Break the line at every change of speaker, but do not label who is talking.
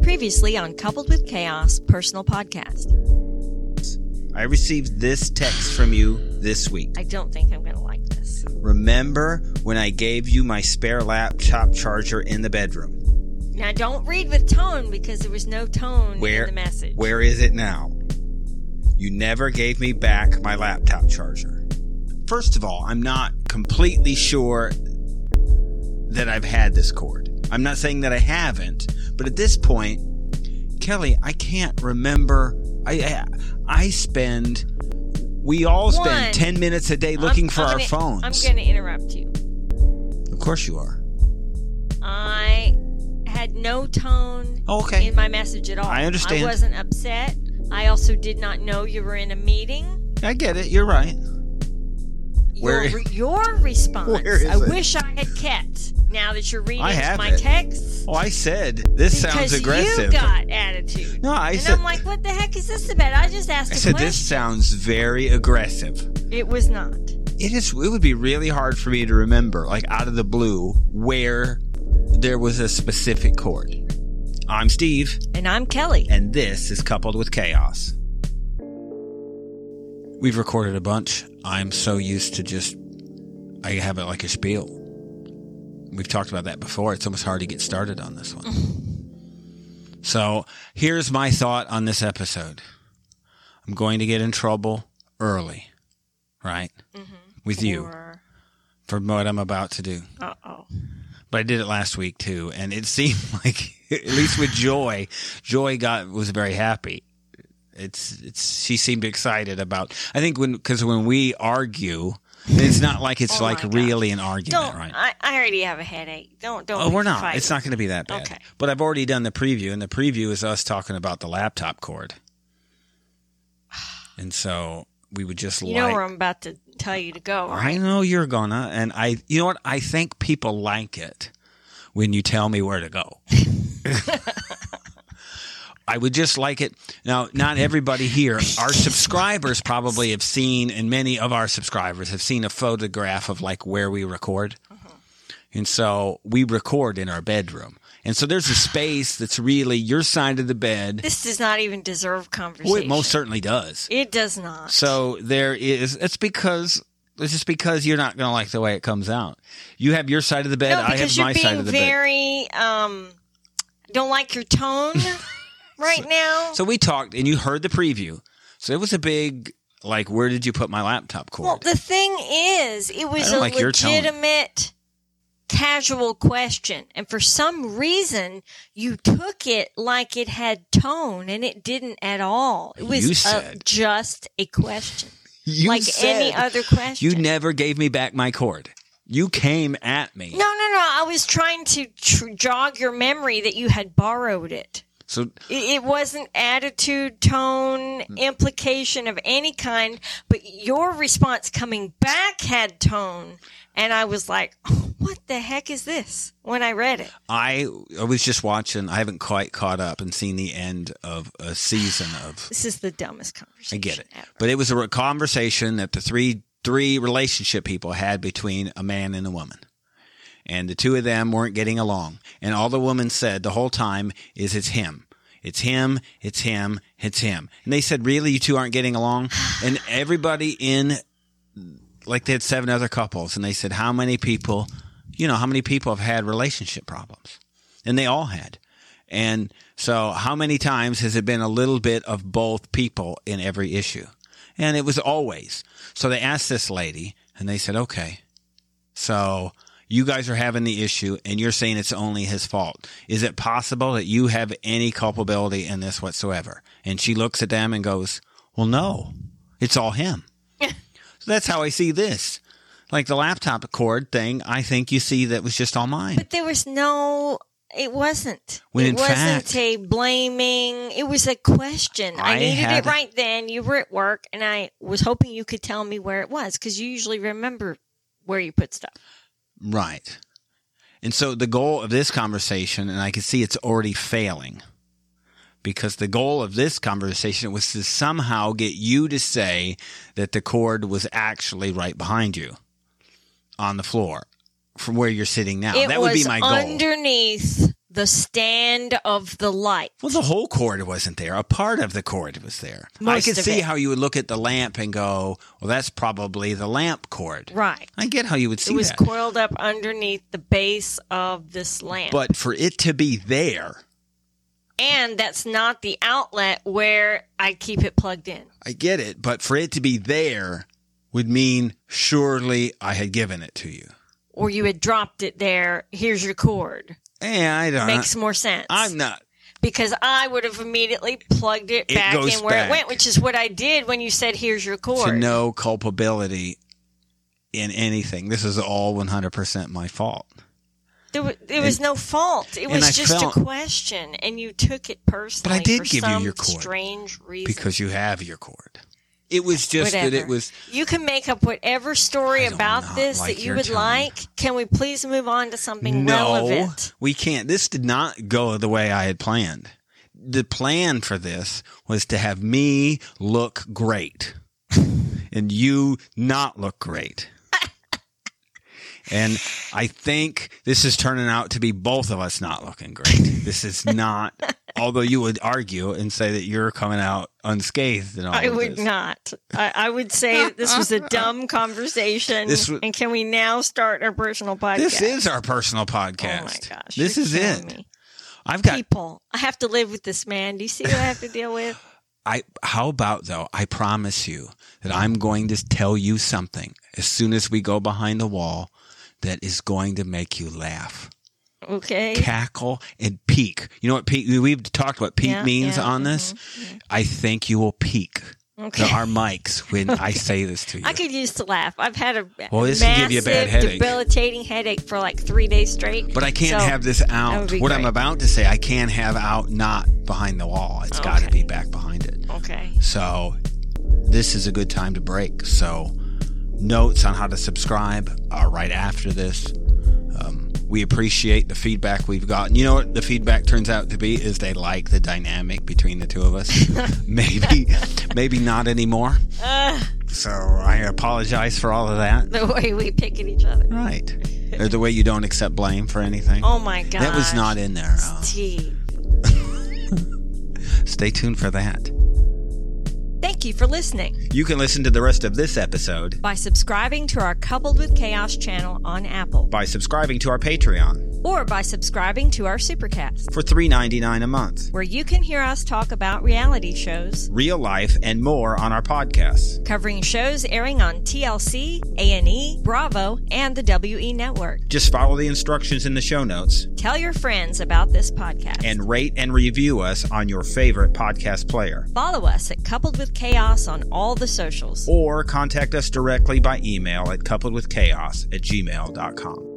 Previously on Coupled with Chaos Personal Podcast.
I received this text from you this week.
I don't think I'm going to like this.
Remember when I gave you my spare laptop charger in the bedroom?
Now, don't read with tone because there was no tone
Where-
in the message.
Where is it now? You never gave me back my laptop charger. First of all, I'm not completely sure that I've had this cord. I'm not saying that I haven't, but at this point, Kelly, I can't remember. I I, I spend. We all spend
One.
ten minutes a day
I'm-
looking for
I'm
our
gonna-
phones.
I'm going to interrupt you.
Of course you are.
I had no tone
Oh, okay.
in my message at all.
I understand.
I wasn't upset. I also did not know you were in a meeting.
I get it. You're right. Where-
your, re- your response,
Where is
I
it?
wish I had kept. Now that you're reading
I have
my
it.
texts,
Oh, I said this sounds
because
aggressive.
you got attitude.
no, I
and
said.
I'm like, what the heck is this about? I just asked
I
a
said
question.
this sounds very aggressive.
It was not.
It is. It would be really hard for me to remember, like out of the blue, where there was a specific chord. I'm Steve,
And I'm Kelly.
and this is coupled with chaos. We've recorded a bunch. I'm so used to just. I have it like a spiel. We've talked about that before. It's almost hard to get started on this one. So here's my thought on this episode I'm going to get in trouble early, right? With you for what I'm about to do.
Uh oh.
But I did it last week too, and it seemed like at least with Joy, Joy got was very happy. It's it's she seemed excited about. I think when because when we argue, it's not like it's
Oh
like
my gosh.
really an argument,
Don't.
right?
I, I already have a headache. Don't. Don't.
Oh,
make
we're
me
not.
Fight.
It's not going to be that bad.
Okay.
But I've already done the preview, and the preview is us talking about the laptop cord. And so we would just
You
like
know where I'm about to tell you to go.
I know you're gonna, and I, you know what? I think people like it when you tell me where to go. I would just like it. Now, not everybody here, our subscribers probably have seen, and many of our subscribers have seen a photograph of like where we record.
Uh-huh.
And so we record in our bedroom. And so there's a space that's really your side of the bed.
This does not even deserve conversation.
Well, it most certainly does.
It does not.
So there is. It's because it's just because you're not going to like the way it comes out. You have your side of the bed.
no,
I have
because you're
my
being
side of the bed.
very. Um, don't like your tone right now.
So we talked, and you heard the preview. So it was a big like. Where did you put my laptop cord?
well, the thing is, it
I
was
don't
a
like your tone.
legitimate, casual question, and for some reason, you took it like it had tone, and it didn't at all. It was
You
a-
said-
just a question.
you
like
said
any other question.
You never gave me back my cord. You came at me.
no, no, no. I was trying to tr- jog your memory that you had borrowed it.
So
it. It wasn't attitude, tone,
Mm.
implication of any kind, but your response coming back had tone. And I was like, oh, what the heck is this when I read it?
I, I was just watching. I haven't quite caught up and seen the end of a season of
This is the dumbest conversation.
I get it.
Ever.
But it was a re- conversation that the three three relationship people had between a man and a woman. And the two of them weren't getting along. And all the woman said the whole time is it's him. It's him, it's him, it's him. And they said, "Really, you two aren't getting along?" And everybody in like they had seven other couples and they said, "How many people, you know, how many people have had relationship problems?" And they all had. And so, how many times has it been a little bit of both people in every issue? And it was always. So, they asked this lady, and they said, okay, so you guys are having the issue, and you're saying it's only his fault. Is it possible that you have any culpability in this whatsoever? And she looks at them and goes, well, no, it's all him. so, that's how I see this. Like the laptop cord thing, I think you see that was just all mine.
But there was no. It wasn't.
When
it
in
wasn't
fact-
a blaming. It was a question. I,
I
needed
had-
it right then. You were at work, and I was hoping you could tell me where it was because you usually remember where you put stuff.
Right. And so the goal of this conversation, and I can see it's already failing because the goal of this conversation was to somehow get you to say that the cord was actually right behind you on the floor from where you're sitting now.
it
that
was
would be my goal.
underneath the stand of the light.
Well, the whole cord wasn't there. A part of the cord was there. I
Most
could
of
see
it.
how you would look at the lamp and go, well, that's probably the lamp cord.
Right.
I get how you would see
It was
that.
coiled up underneath the base of this lamp.
but for it to be there,
and that's not the outlet where I keep it plugged in.
I get it. But for it to be there would mean surely I had given it to you.
Or you had dropped it there. Here's your cord.
Eh, I don't.
Makes more sense.
I'm not.
because I would have immediately plugged it
It
back
goes
in where
back.
it went, which is what I did when you said, "Here's your
to
cord."
no culpability in anything. This is all 100% my fault.
there, wa- there was no fault. It
and
was
I
just
felt-
a question, and you took it personally.
did
for
give you
some
your cord.
strange reason.
because you have your cord. It was just that
Whatever.
it was
you can make up whatever story
I do
about
not
this
like
that you
your
would
tone.
like. Can we please move on to something
no,
relevant?
we can't. This did not go the way I had planned. The plan for this was to have me look great and you not look great. and I think this is turning out to be both of us not looking great. This is not, although you would argue and say that you're coming out unscathed and all
I
of
would
this.
not. I, I would say this was a dumb conversation.
This wa-
and can we now start our personal podcast?
This is our personal
Oh my
podcast.
gosh!
This
you're
is
killing
it.
me.
I've got
people. I have to live with this man. Do you see what I have to deal with?
I how about though? I promise you that I'm going to tell you something as soon as we go behind the wall that is going to make you laugh,
Okay.
cackle, and peek. You know what peek? We've talked what peek
Yeah,
means
yeah,
on this. I think you will peek to
Okay.
our mics when I say this to you.
I could use to laugh. I've had a
Well, this will
massive,
give you a bad headache.
debilitating headache for like three days straight.
but I can't
So,
have this out.
would be
What I'm
great.
about to say, I can't have out not behind the wall. It's got to
Okay.
be back behind it.
Okay.
So, this is a good time to break. So, notes on how to subscribe are right after this. Um, we appreciate the feedback we've gotten. You know what the feedback turns out to be is they like the dynamic between the two of us. maybe, maybe not anymore.
Uh,
So I apologize for all of that.
the way we pick at each other.
Right, or the way you don't accept blame for anything.
Oh my god.
that was not in there. Uh,
Tea.
stay tuned for that.
Thank you for listening.
You can listen to the rest of this episode
By subscribing to our Coupled with Chaos channel on Apple
by subscribing to our Patreon.
or by subscribing to our Supercast,
for $3.99 a month.
where you can hear us talk about reality shows
Real life and more on our podcasts.
covering shows airing on TLC, A&E, E, Bravo, and the WE network.
Just follow the instructions in the show notes
Tell your friends about this podcast.
and rate and review us on your favorite podcast player.
follow us at Coupled with Chaos on all the socials.
Or contact us directly by email at coupledwithchaos at gmail.com.